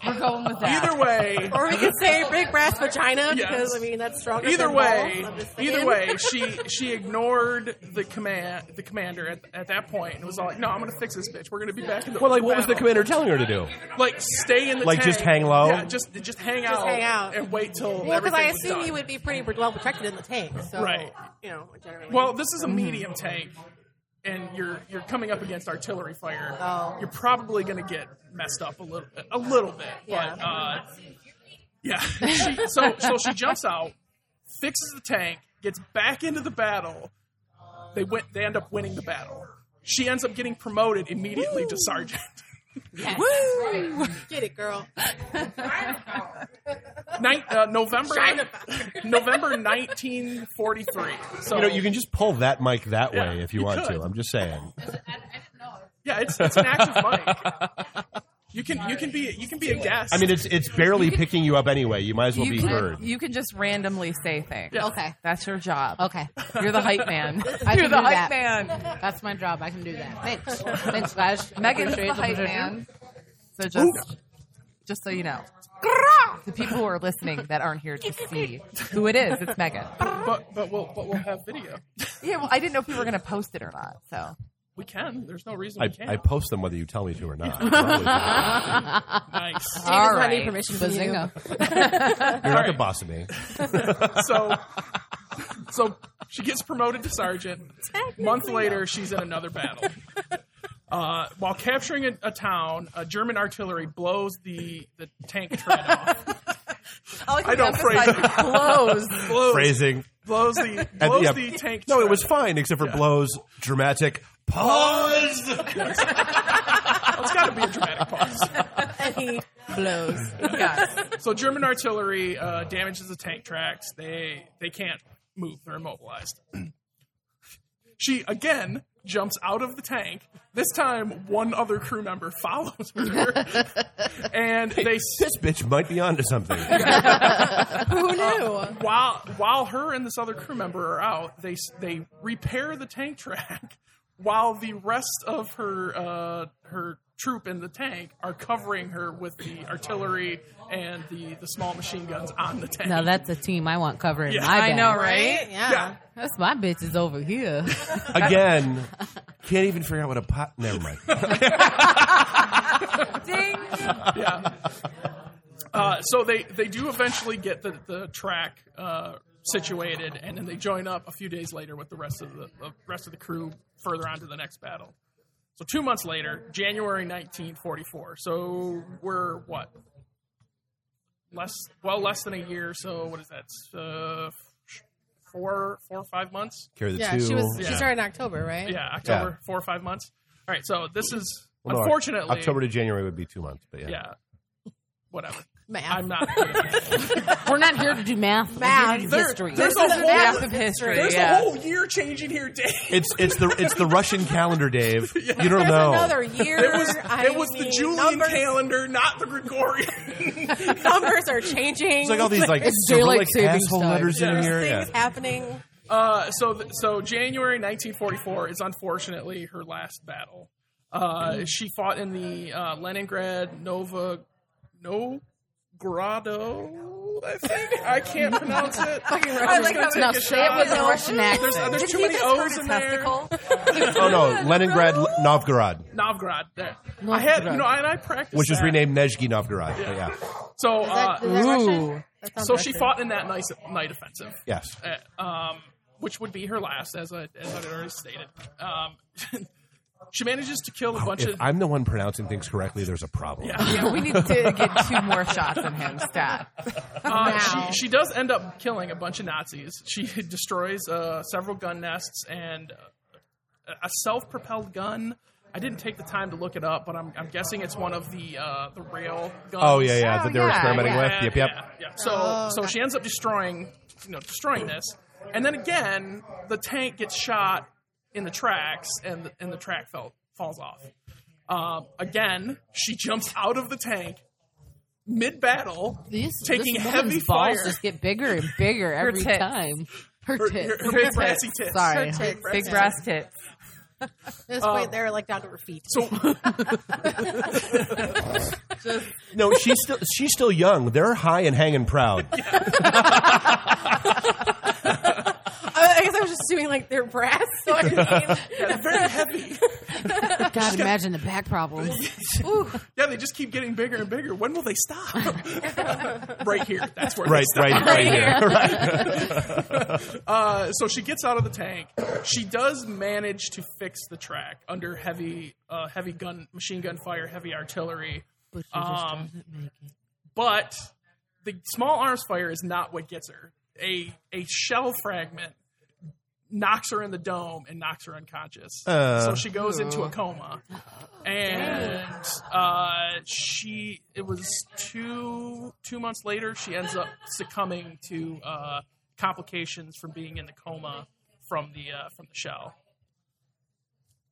[SPEAKER 2] we're going with that.
[SPEAKER 3] Either way,
[SPEAKER 1] Or we could say big brass vagina
[SPEAKER 3] Yes.
[SPEAKER 1] because I mean that's stronger.
[SPEAKER 3] either
[SPEAKER 1] than
[SPEAKER 3] way,
[SPEAKER 1] balls, I'm just saying.
[SPEAKER 3] either way, she she ignored the command the commander at, at that point and was like, "No, I'm going to fix this bitch. We're going to be back in the
[SPEAKER 4] Well, like what was the
[SPEAKER 3] battle."
[SPEAKER 4] commander telling her to do?
[SPEAKER 3] Like stay in the
[SPEAKER 4] Like,
[SPEAKER 3] tank.
[SPEAKER 4] just hang low?
[SPEAKER 3] Yeah, just just hang out,
[SPEAKER 1] hang out.
[SPEAKER 3] and wait till
[SPEAKER 1] Well, because
[SPEAKER 3] everything
[SPEAKER 1] I
[SPEAKER 3] was
[SPEAKER 1] assume
[SPEAKER 3] done.
[SPEAKER 1] you would be pretty well protected in the tank. So
[SPEAKER 3] Right.
[SPEAKER 1] you know, generally.
[SPEAKER 3] Well, this is a medium tank, and you're you're coming up against artillery fire.
[SPEAKER 1] Oh.
[SPEAKER 3] You're probably going to get messed up a little a little bit, but
[SPEAKER 1] Yeah.
[SPEAKER 3] uh, yeah. she, so so she jumps out, fixes the tank, gets back into the battle. They went. They end up winning the battle. She ends up getting promoted immediately to sergeant.
[SPEAKER 1] get it, girl.
[SPEAKER 3] Night, uh, November November 1943. So
[SPEAKER 4] You know, you can just pull that mic that way
[SPEAKER 3] Yeah,
[SPEAKER 4] if you,
[SPEAKER 3] you
[SPEAKER 4] want
[SPEAKER 3] could.
[SPEAKER 4] to. I'm just saying.
[SPEAKER 3] yeah, it's, it's an active mic. You can you can be you can be a guest.
[SPEAKER 4] I mean, it's it's barely picking you up anyway. You might as well
[SPEAKER 2] you
[SPEAKER 4] be
[SPEAKER 2] can,
[SPEAKER 4] heard.
[SPEAKER 2] you can just randomly say things.
[SPEAKER 3] Yeah.
[SPEAKER 7] Okay.
[SPEAKER 2] That's your job.
[SPEAKER 7] Okay.
[SPEAKER 2] You're the hype man.
[SPEAKER 7] I
[SPEAKER 2] You're
[SPEAKER 7] can
[SPEAKER 2] the
[SPEAKER 7] do that.
[SPEAKER 2] hype man.
[SPEAKER 7] That's my job. I can do that. Thanks. Thanks, guys.
[SPEAKER 2] Megan's
[SPEAKER 7] Appreciate
[SPEAKER 2] the hype
[SPEAKER 7] position.
[SPEAKER 2] man. So just, just so you know, the people who are listening that aren't here to see who it is, it's Megan.
[SPEAKER 3] But but we'll but we'll have video.
[SPEAKER 2] Yeah, well, I didn't know if we were going to post it or not. So
[SPEAKER 3] We can. There's no reason
[SPEAKER 4] I,
[SPEAKER 3] we can't.
[SPEAKER 4] I post them whether you tell me to or not. You're
[SPEAKER 3] nice.
[SPEAKER 1] She does
[SPEAKER 2] All
[SPEAKER 1] not need
[SPEAKER 2] right.
[SPEAKER 1] permission from you.
[SPEAKER 7] Bazinga.
[SPEAKER 4] not the boss of me.
[SPEAKER 3] So so she gets promoted to sergeant. Month later, she's in another battle. Uh, while capturing a, a town, a German artillery blows the, the tank tread off. I don't phrase it.
[SPEAKER 2] blows.
[SPEAKER 3] Blows,
[SPEAKER 4] Phrasing.
[SPEAKER 3] blows the
[SPEAKER 4] At
[SPEAKER 3] blows
[SPEAKER 4] yeah,
[SPEAKER 3] the tank.
[SPEAKER 4] No, it
[SPEAKER 3] tread
[SPEAKER 4] was
[SPEAKER 3] off.
[SPEAKER 4] fine except for blows dramatic pause.
[SPEAKER 3] It's got to be a dramatic pause.
[SPEAKER 1] And he blows.
[SPEAKER 2] Yes.
[SPEAKER 3] So German artillery uh, damages the tank tracks. They they can't move. They're immobilized. she again jumps out of the tank. This time, one other crew member follows her, and they
[SPEAKER 4] This bitch might be onto something.
[SPEAKER 1] Who knew?
[SPEAKER 3] while while her and this other crew member are out, they they repair the tank track while the rest of her uh, her troop in the tank are covering her with the artillery and the, the small machine guns on the tank.
[SPEAKER 7] Now that's a team I want covering
[SPEAKER 3] Yeah.
[SPEAKER 7] my back.
[SPEAKER 2] I know, right?
[SPEAKER 1] Yeah.
[SPEAKER 3] yeah.
[SPEAKER 7] That's my bitches over here.
[SPEAKER 4] Again, can't even figure out what a pot. Never mind.
[SPEAKER 2] Ding.
[SPEAKER 3] yeah. Uh, so they, they do eventually get the, the track uh, situated, and then they join up a few days later with the rest of the, the rest of the crew further on to the next battle. So two months later, January 1944. So we're what? Less well, less than a year. So what is that? Uh, four, four or five months?
[SPEAKER 4] Carry the
[SPEAKER 1] Yeah,
[SPEAKER 4] two.
[SPEAKER 1] she was. She
[SPEAKER 3] Yeah.
[SPEAKER 1] started in October, right?
[SPEAKER 3] Yeah, October, four or five months. All right. So this is
[SPEAKER 4] Well, no,
[SPEAKER 3] unfortunately
[SPEAKER 4] October to January would be two months, but yeah.
[SPEAKER 3] Yeah. Whatever.
[SPEAKER 1] Math.
[SPEAKER 3] I'm not.
[SPEAKER 7] We're not here to do math. We're here to do
[SPEAKER 3] There-
[SPEAKER 7] history.
[SPEAKER 3] there's
[SPEAKER 7] This
[SPEAKER 3] a
[SPEAKER 7] is
[SPEAKER 3] whole-
[SPEAKER 7] math of history.
[SPEAKER 3] There's
[SPEAKER 7] yeah.
[SPEAKER 3] a whole year changing here, Dave.
[SPEAKER 4] It's it's the it's the Russian calendar, Dave. You don't
[SPEAKER 1] There's
[SPEAKER 4] know.
[SPEAKER 1] another year.
[SPEAKER 3] It was
[SPEAKER 1] I
[SPEAKER 3] it was the
[SPEAKER 1] mean,
[SPEAKER 3] Julian
[SPEAKER 1] numbers,
[SPEAKER 3] calendar, not the Gregorian.
[SPEAKER 1] numbers are changing.
[SPEAKER 4] It's like all these like
[SPEAKER 7] It's daylight
[SPEAKER 4] Cyrillic
[SPEAKER 7] savings
[SPEAKER 4] asshole
[SPEAKER 7] time.
[SPEAKER 4] letters in
[SPEAKER 3] Yeah.
[SPEAKER 4] here.
[SPEAKER 1] things
[SPEAKER 4] Yeah.
[SPEAKER 1] happening.
[SPEAKER 3] uh, so th- so January 1944 is unfortunately her last battle. Uh, she fought in the uh, Leningrad Nova Novgorod. I think I can't pronounce it. I
[SPEAKER 6] like how
[SPEAKER 7] No, say it with a Russian
[SPEAKER 3] There's,
[SPEAKER 7] accent.
[SPEAKER 3] there's
[SPEAKER 6] Did
[SPEAKER 3] too
[SPEAKER 6] he
[SPEAKER 3] many
[SPEAKER 6] just hurt
[SPEAKER 3] O's
[SPEAKER 6] his
[SPEAKER 3] in there.
[SPEAKER 6] testicle?
[SPEAKER 4] Oh no, Leningrad, Novgorod,
[SPEAKER 3] Novgorod. There. I had you know, and I practiced,
[SPEAKER 4] which is
[SPEAKER 3] that.
[SPEAKER 4] renamed Nezhky Novgorod. But yeah,
[SPEAKER 3] So
[SPEAKER 1] Is that, is
[SPEAKER 3] uh,
[SPEAKER 1] that
[SPEAKER 7] Ooh.
[SPEAKER 1] Russian? That sounds
[SPEAKER 3] so she
[SPEAKER 1] Russian.
[SPEAKER 3] fought in that nice night offensive.
[SPEAKER 4] yes.
[SPEAKER 3] uh, um, which would be her last, as I as I already stated. Um, she manages to kill a bunch
[SPEAKER 4] If
[SPEAKER 3] of.
[SPEAKER 4] I'm the one pronouncing things correctly, there's a problem.
[SPEAKER 2] Yeah, we need to get two more shots on him, stat.
[SPEAKER 3] uh, she, she does end up killing a bunch of Nazis. She destroys uh, several gun nests and uh, a self-propelled gun. I didn't take the time to look it up, but I'm, I'm guessing it's one of the uh, the rail guns.
[SPEAKER 4] Oh yeah, yeah,
[SPEAKER 2] Oh,
[SPEAKER 4] that they were
[SPEAKER 2] yeah,
[SPEAKER 4] experimenting
[SPEAKER 2] yeah. Oh,
[SPEAKER 4] with. Yep, yep.
[SPEAKER 3] Yeah, yeah. So so she ends up destroying you know destroying this, and then again the tank gets shot in the tracks, and the, and the track fell, falls off. Um, again, she jumps out of the tank mid battle,
[SPEAKER 7] These,
[SPEAKER 3] taking
[SPEAKER 7] this
[SPEAKER 3] heavy
[SPEAKER 7] woman's balls
[SPEAKER 3] fire.
[SPEAKER 7] just get bigger and bigger every
[SPEAKER 2] tits.
[SPEAKER 7] time. Her
[SPEAKER 3] Her,
[SPEAKER 7] tits.
[SPEAKER 3] her, her big brassy tits.
[SPEAKER 7] Sorry.
[SPEAKER 1] Tits.
[SPEAKER 2] Big brass tits.
[SPEAKER 1] This
[SPEAKER 3] Oh.
[SPEAKER 1] point, they're like down to her feet.
[SPEAKER 3] So
[SPEAKER 4] No, she's still she's still young. They're high and hanging proud.
[SPEAKER 1] I, I guess I was just doing like their brass. So I mean, very heavy.
[SPEAKER 7] God, imagine the back problems.
[SPEAKER 3] yeah, they just keep getting bigger and bigger. When will they stop? right here. That's where
[SPEAKER 4] right,
[SPEAKER 3] They stop.
[SPEAKER 4] right, right here. Right.
[SPEAKER 3] Uh, so she gets out of the tank. She does manage to fix the track under heavy, uh, heavy gun, machine gun fire, heavy artillery.
[SPEAKER 7] But she
[SPEAKER 3] Um,
[SPEAKER 7] just doesn't make it.
[SPEAKER 3] But the small arms fire is not what gets her. A a shell fragment knocks her in the dome and knocks her unconscious.
[SPEAKER 4] Uh.
[SPEAKER 3] so she goes into a coma, and uh, she it was two two months later she ends up succumbing to uh, complications from being in the coma from the uh, from the shell.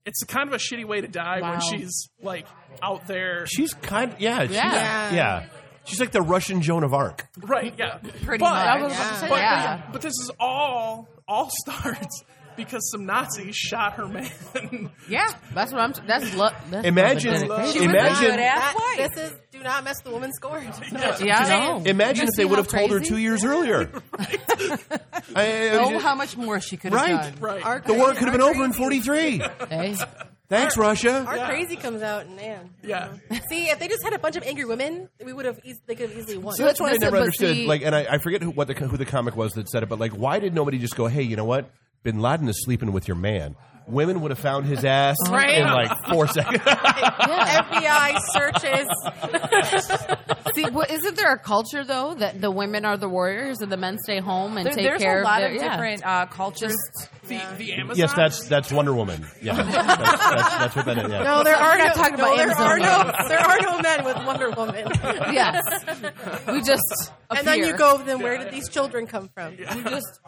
[SPEAKER 3] It's kind of a shitty way to die
[SPEAKER 7] Wow.
[SPEAKER 3] when she's like out there,
[SPEAKER 4] She's kind. Yeah, she's-
[SPEAKER 7] Yeah.
[SPEAKER 4] yeah. She's like the Russian Joan of Arc.
[SPEAKER 3] right? Yeah,
[SPEAKER 2] Pretty
[SPEAKER 3] But-
[SPEAKER 2] much.
[SPEAKER 7] I was about to say,
[SPEAKER 3] But,
[SPEAKER 2] Yeah.
[SPEAKER 3] but this is all all starts because some Nazis shot her man.
[SPEAKER 7] Yeah, that's what I'm. That's lo- that's
[SPEAKER 4] Imagine-
[SPEAKER 7] love and dedication.
[SPEAKER 4] She was Imagine-
[SPEAKER 1] Good
[SPEAKER 6] ass
[SPEAKER 1] ass
[SPEAKER 6] wife.
[SPEAKER 1] This is do not mess with the woman's score.
[SPEAKER 2] Yeah.
[SPEAKER 4] Imagine
[SPEAKER 7] You
[SPEAKER 4] if they
[SPEAKER 7] see
[SPEAKER 4] would
[SPEAKER 7] how
[SPEAKER 4] have told her
[SPEAKER 7] crazy?
[SPEAKER 4] two years earlier. I- I-
[SPEAKER 2] Oh, how much more she could have
[SPEAKER 4] Right.
[SPEAKER 2] done.
[SPEAKER 3] right.
[SPEAKER 1] Our
[SPEAKER 4] the war
[SPEAKER 1] crazy-
[SPEAKER 4] could have been
[SPEAKER 1] our
[SPEAKER 4] over in
[SPEAKER 1] crazy-
[SPEAKER 4] '43.
[SPEAKER 7] Hey,
[SPEAKER 4] Thanks, Russia.
[SPEAKER 1] Our
[SPEAKER 3] Yeah.
[SPEAKER 1] crazy comes out, and man.
[SPEAKER 3] yeah.
[SPEAKER 1] See, if they just had a bunch of angry women, we would have. Eas- they could have easily won.
[SPEAKER 4] So that's what I
[SPEAKER 7] Listen,
[SPEAKER 4] never
[SPEAKER 7] but
[SPEAKER 4] understood.
[SPEAKER 7] see-
[SPEAKER 4] like, and I, I forget who, what the who the comic was that said it, but like, why did nobody just go, "Hey, you know what? Bin Laden is sleeping with your man." Women would have found his ass
[SPEAKER 1] Right.
[SPEAKER 4] in like four seconds.
[SPEAKER 1] FBI searches.
[SPEAKER 7] see, what, isn't there a culture though that the women are the warriors and the men stay home and
[SPEAKER 2] There-
[SPEAKER 7] take
[SPEAKER 2] there's
[SPEAKER 7] care
[SPEAKER 2] a lot
[SPEAKER 7] of
[SPEAKER 2] of,
[SPEAKER 7] their yeah.
[SPEAKER 2] different uh, cultures.
[SPEAKER 3] The the Amazon.
[SPEAKER 4] yes, that's that's Wonder Woman. Yeah, that's, that's, that's what that is. Yeah.
[SPEAKER 1] No, there are no.
[SPEAKER 7] not talking
[SPEAKER 1] no,
[SPEAKER 7] about
[SPEAKER 1] there
[SPEAKER 7] Amazon
[SPEAKER 1] are no. There are no men with Wonder Woman.
[SPEAKER 7] Yes, we just
[SPEAKER 1] and then you
[SPEAKER 7] appear.
[SPEAKER 1] go. Then where did these children come from?
[SPEAKER 7] We just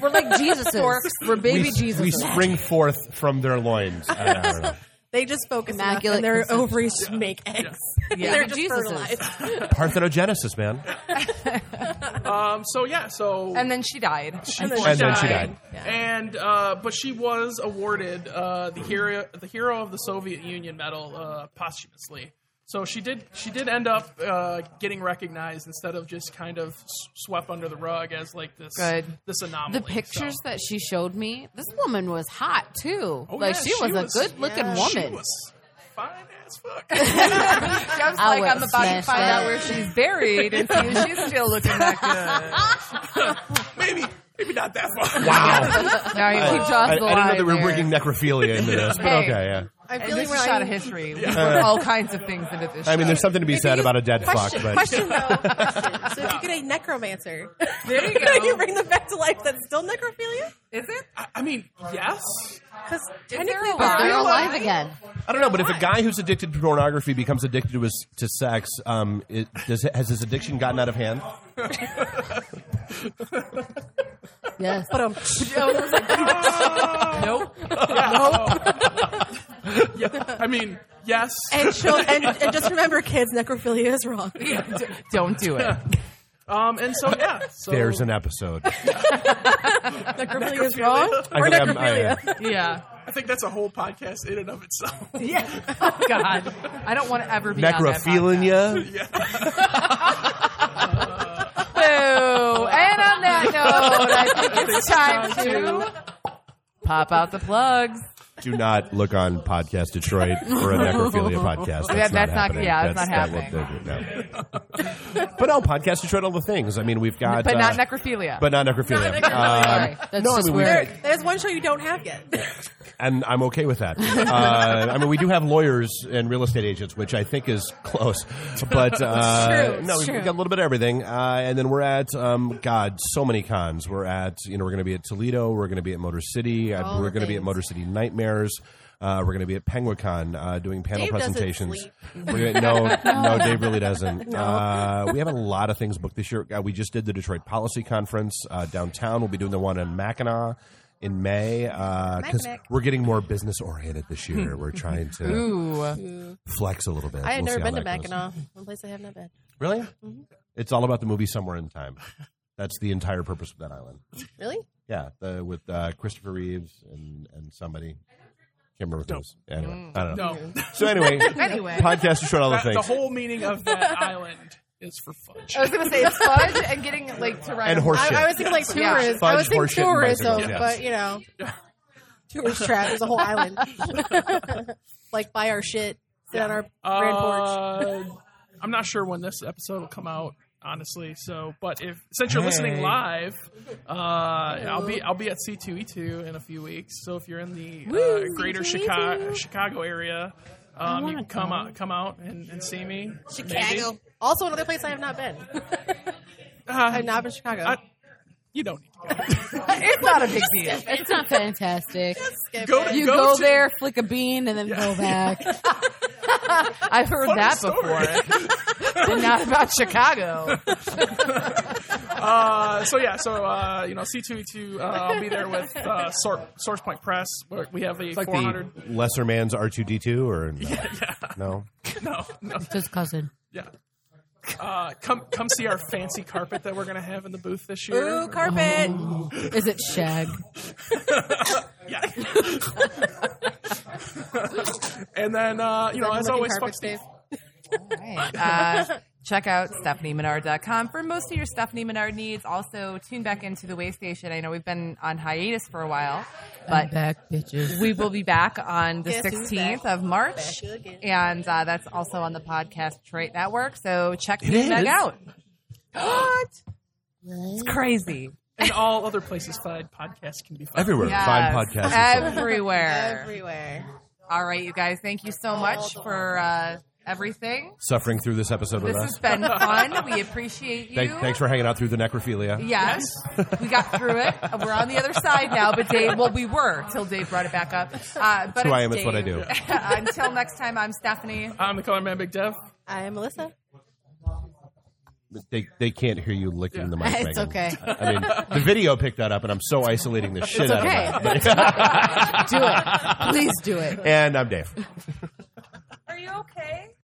[SPEAKER 7] we're like Jesus. We're baby
[SPEAKER 4] we,
[SPEAKER 7] Jesus.
[SPEAKER 4] we spring forth from their loins. I don't know.
[SPEAKER 1] They just focus enough,
[SPEAKER 7] Immaculate
[SPEAKER 1] and their
[SPEAKER 7] conception.
[SPEAKER 1] ovaries just make eggs.
[SPEAKER 7] Yeah.
[SPEAKER 1] They're just
[SPEAKER 7] Jesus is.
[SPEAKER 1] fertilized.
[SPEAKER 4] Parthenogenesis, man.
[SPEAKER 3] Um. So yeah. So
[SPEAKER 2] And then she died.
[SPEAKER 1] And then
[SPEAKER 4] And then she died.
[SPEAKER 3] And uh, but she was awarded uh, the hero the hero of the Soviet Union medal uh, posthumously. So she did she did end up uh, getting recognized instead of just kind of s- swept under the rug as like this
[SPEAKER 2] Good.
[SPEAKER 3] this anomaly.
[SPEAKER 7] the
[SPEAKER 3] So-
[SPEAKER 7] pictures that she showed me, this woman was hot too.
[SPEAKER 3] Oh,
[SPEAKER 7] like
[SPEAKER 3] yeah,
[SPEAKER 7] she, was, a good looking
[SPEAKER 1] yeah.
[SPEAKER 7] woman.
[SPEAKER 3] She was fine as fuck.
[SPEAKER 2] Just
[SPEAKER 7] I
[SPEAKER 2] like I'm
[SPEAKER 7] would
[SPEAKER 2] about to
[SPEAKER 7] smash
[SPEAKER 2] find
[SPEAKER 7] that.
[SPEAKER 2] out where she's buried and see if she's still looking that good.
[SPEAKER 3] maybe maybe not that far.
[SPEAKER 2] No, you
[SPEAKER 7] Keep
[SPEAKER 2] keep-
[SPEAKER 7] Jaws
[SPEAKER 4] I, I
[SPEAKER 7] alive.
[SPEAKER 4] didn't know that we were
[SPEAKER 7] there.
[SPEAKER 4] bringing necrophilia into this, but
[SPEAKER 2] Hey.
[SPEAKER 4] okay, yeah.
[SPEAKER 1] I'm feeling
[SPEAKER 2] This
[SPEAKER 1] where
[SPEAKER 2] is
[SPEAKER 1] I
[SPEAKER 2] shot of
[SPEAKER 1] am-
[SPEAKER 2] history. We put all kinds of things into this.
[SPEAKER 4] I mean,
[SPEAKER 2] show.
[SPEAKER 4] there's something to be
[SPEAKER 1] Maybe
[SPEAKER 4] said
[SPEAKER 1] you-
[SPEAKER 4] about a dead
[SPEAKER 1] question,
[SPEAKER 4] fuck, but
[SPEAKER 1] Question though. Question. So if you get a necromancer,
[SPEAKER 2] There you go.
[SPEAKER 1] you bring them back to life. That's still necrophilia.
[SPEAKER 2] is it?
[SPEAKER 3] I, I mean, yes.
[SPEAKER 1] Because
[SPEAKER 2] there
[SPEAKER 1] technically,
[SPEAKER 2] a
[SPEAKER 1] they're
[SPEAKER 7] But they're
[SPEAKER 1] alive.
[SPEAKER 7] alive again.
[SPEAKER 4] I don't know. But if a guy who's addicted to pornography becomes addicted to his to sex, um, it, does has his addiction gotten out of hand?
[SPEAKER 7] Yes.
[SPEAKER 1] But um,
[SPEAKER 2] Nope.
[SPEAKER 3] I mean, yes.
[SPEAKER 1] and, she'll, and and just remember, kids, necrophilia is wrong.
[SPEAKER 2] D- Don't do it.
[SPEAKER 3] Um, and so yeah. So
[SPEAKER 4] There's an episode.
[SPEAKER 1] necrophilia is wrong.
[SPEAKER 4] I
[SPEAKER 1] Or
[SPEAKER 4] think I'm- I-
[SPEAKER 1] necrophilia.
[SPEAKER 2] Yeah.
[SPEAKER 3] I think that's a whole podcast in and of itself.
[SPEAKER 2] Yeah. God. I don't want to ever be
[SPEAKER 4] necrophilia.
[SPEAKER 2] On that podcast. Boo. And on that note, I think it's time to pop out the plugs.
[SPEAKER 4] Do not look on Podcast Detroit for a necrophilia podcast. That's,
[SPEAKER 2] That- that's
[SPEAKER 4] not
[SPEAKER 2] not-
[SPEAKER 4] happening.
[SPEAKER 2] yeah, it's not
[SPEAKER 4] that will- no. but no, Podcast Detroit, all the things. I mean, we've got,
[SPEAKER 2] But not
[SPEAKER 4] uh,
[SPEAKER 2] necrophilia.
[SPEAKER 4] but not necrophilia.
[SPEAKER 1] Not necrophilia.
[SPEAKER 4] Um,
[SPEAKER 7] Sorry. That's
[SPEAKER 4] no, I
[SPEAKER 7] just
[SPEAKER 4] mean, we-
[SPEAKER 7] where-
[SPEAKER 1] There- There's one show you don't have yet.
[SPEAKER 4] and I'm okay with that. Uh, I mean, we do have lawyers and real estate agents, which I think is close. But uh,
[SPEAKER 1] It's true,
[SPEAKER 4] no,
[SPEAKER 1] it's
[SPEAKER 4] we've
[SPEAKER 1] true.
[SPEAKER 4] got a little bit of everything. Uh, and then we're at um, God, so many cons. We're at you know we're going to be at Toledo. We're going to be at Motor City. Uh,
[SPEAKER 1] the
[SPEAKER 4] we're going to be at
[SPEAKER 1] things.
[SPEAKER 4] Motor City Nightmares. Uh, we're going to be at PenguinCon uh, doing panel
[SPEAKER 1] Dave doesn't
[SPEAKER 4] presentations.
[SPEAKER 1] sleep.
[SPEAKER 4] We're gonna- no, no, Dave really doesn't. Uh, we have a lot of things booked this year. Uh, we just did the Detroit Policy Conference uh, downtown. We'll be doing the one in Mackinac in May uh, because
[SPEAKER 1] Mackinac.
[SPEAKER 4] we're getting more business oriented this year. we're trying to
[SPEAKER 2] Ooh.
[SPEAKER 4] flex a little bit.
[SPEAKER 1] Hmm. I had
[SPEAKER 4] We'll
[SPEAKER 1] never
[SPEAKER 4] see how
[SPEAKER 1] been to
[SPEAKER 4] that goes.
[SPEAKER 1] Mackinac. Mm-hmm. One place I have not been.
[SPEAKER 4] Really? It's all about the movie Somewhere in Time. That's the entire purpose of that island.
[SPEAKER 1] Really?
[SPEAKER 4] Yeah, the, with uh, Christopher Reeves and, and somebody. Can't remember who it was. Anyway, I don't know.
[SPEAKER 3] No.
[SPEAKER 4] So anyway,
[SPEAKER 2] Anyway.
[SPEAKER 4] podcast Detroit, all the
[SPEAKER 3] That- the
[SPEAKER 4] things.
[SPEAKER 3] whole meaning of that island is for fudge.
[SPEAKER 2] I was going to say it's fudge and getting like to ride
[SPEAKER 4] And
[SPEAKER 2] a-
[SPEAKER 4] horse
[SPEAKER 1] I,
[SPEAKER 4] shit.
[SPEAKER 1] I was thinking like
[SPEAKER 2] Yeah.
[SPEAKER 1] tourism. I
[SPEAKER 4] Fudge,
[SPEAKER 1] was thinking
[SPEAKER 4] horseshit, and
[SPEAKER 1] tourism,
[SPEAKER 4] bicycles, yes.
[SPEAKER 1] but you know, tourist trap. There's a whole island. like buy our shit, sit on our grand porch.
[SPEAKER 3] Uh, I'm not sure when this episode will come out, honestly. So, but if since you're listening
[SPEAKER 4] Hey.
[SPEAKER 3] live, uh, I'll be I'll be at C2E2 in a few weeks. So if you're in the uh, greater
[SPEAKER 2] E
[SPEAKER 3] Chicago Chicago area, um, you can come out come out and, and see me. Chicago.
[SPEAKER 1] Also, another place I have not been. I've not been to Chicago.
[SPEAKER 3] I- Uh, You don't need to go.
[SPEAKER 2] It's not a big deal.
[SPEAKER 7] It's not fantastic.
[SPEAKER 1] Skip
[SPEAKER 3] go
[SPEAKER 1] it.
[SPEAKER 3] to-
[SPEAKER 7] You
[SPEAKER 3] go
[SPEAKER 7] go
[SPEAKER 3] to-
[SPEAKER 7] there, flick a bean, and then go back.
[SPEAKER 2] I've heard that before. but not about Chicago.
[SPEAKER 3] Uh, so yeah, so uh, you know C2E2. Uh, I'll be there with uh, Sor- Source Point Press. We're- We have a
[SPEAKER 4] It's like
[SPEAKER 3] 400.
[SPEAKER 4] the lesser man's R two D two, or no? no?
[SPEAKER 7] Just cousin.
[SPEAKER 3] Yeah. Uh, come come see our fancy carpet that we're gonna have in the booth this year.
[SPEAKER 1] Ooh, carpet.
[SPEAKER 7] Is it shag?
[SPEAKER 3] Yeah. and then uh, you know, as
[SPEAKER 1] Looking
[SPEAKER 3] always, fuck
[SPEAKER 1] carpet,
[SPEAKER 3] Steve.
[SPEAKER 1] Dave.
[SPEAKER 2] Right. Uh, check out StephanieMenard.com for most of your Stephanie Menard needs. Also, tune back into the Way Station. I know we've been on hiatus for a while, but
[SPEAKER 7] back, bitches.
[SPEAKER 2] we will be back on the
[SPEAKER 1] Guess who's
[SPEAKER 2] 16th
[SPEAKER 1] back?
[SPEAKER 2] of March.
[SPEAKER 1] Back again.
[SPEAKER 2] And uh, that's also on the podcast Detroit Network. So check me and Meg
[SPEAKER 4] is?
[SPEAKER 2] out. What? It's crazy.
[SPEAKER 3] and all other places find podcasts can be found.
[SPEAKER 4] Everywhere,
[SPEAKER 2] Yes.
[SPEAKER 4] fine podcast. is on.
[SPEAKER 2] Everywhere.
[SPEAKER 1] Everywhere.
[SPEAKER 2] All right, you guys. Thank you so much for uh, everything.
[SPEAKER 4] Suffering through this episode with
[SPEAKER 2] This
[SPEAKER 4] us.
[SPEAKER 2] has been fun. We appreciate you.
[SPEAKER 4] Thank, thanks for hanging out through the necrophilia.
[SPEAKER 2] Yes, we got through it. We're on the other side now, but Dave, well, we were till Dave brought it back up. Uh, but
[SPEAKER 4] That's who I am.
[SPEAKER 2] it's
[SPEAKER 4] It's what I do.
[SPEAKER 2] Dave. Uh, Until next time, I'm Stephanie.
[SPEAKER 3] I'm the color man, Big Dev.
[SPEAKER 1] I am Melissa.
[SPEAKER 4] They, they can't hear you licking the mic.
[SPEAKER 7] It's
[SPEAKER 4] Megan.
[SPEAKER 7] okay.
[SPEAKER 4] I mean, the video picked that up, and I'm so isolating the shit out
[SPEAKER 7] okay.
[SPEAKER 4] of it.
[SPEAKER 7] Do it. Please do it.
[SPEAKER 4] And I'm Dave.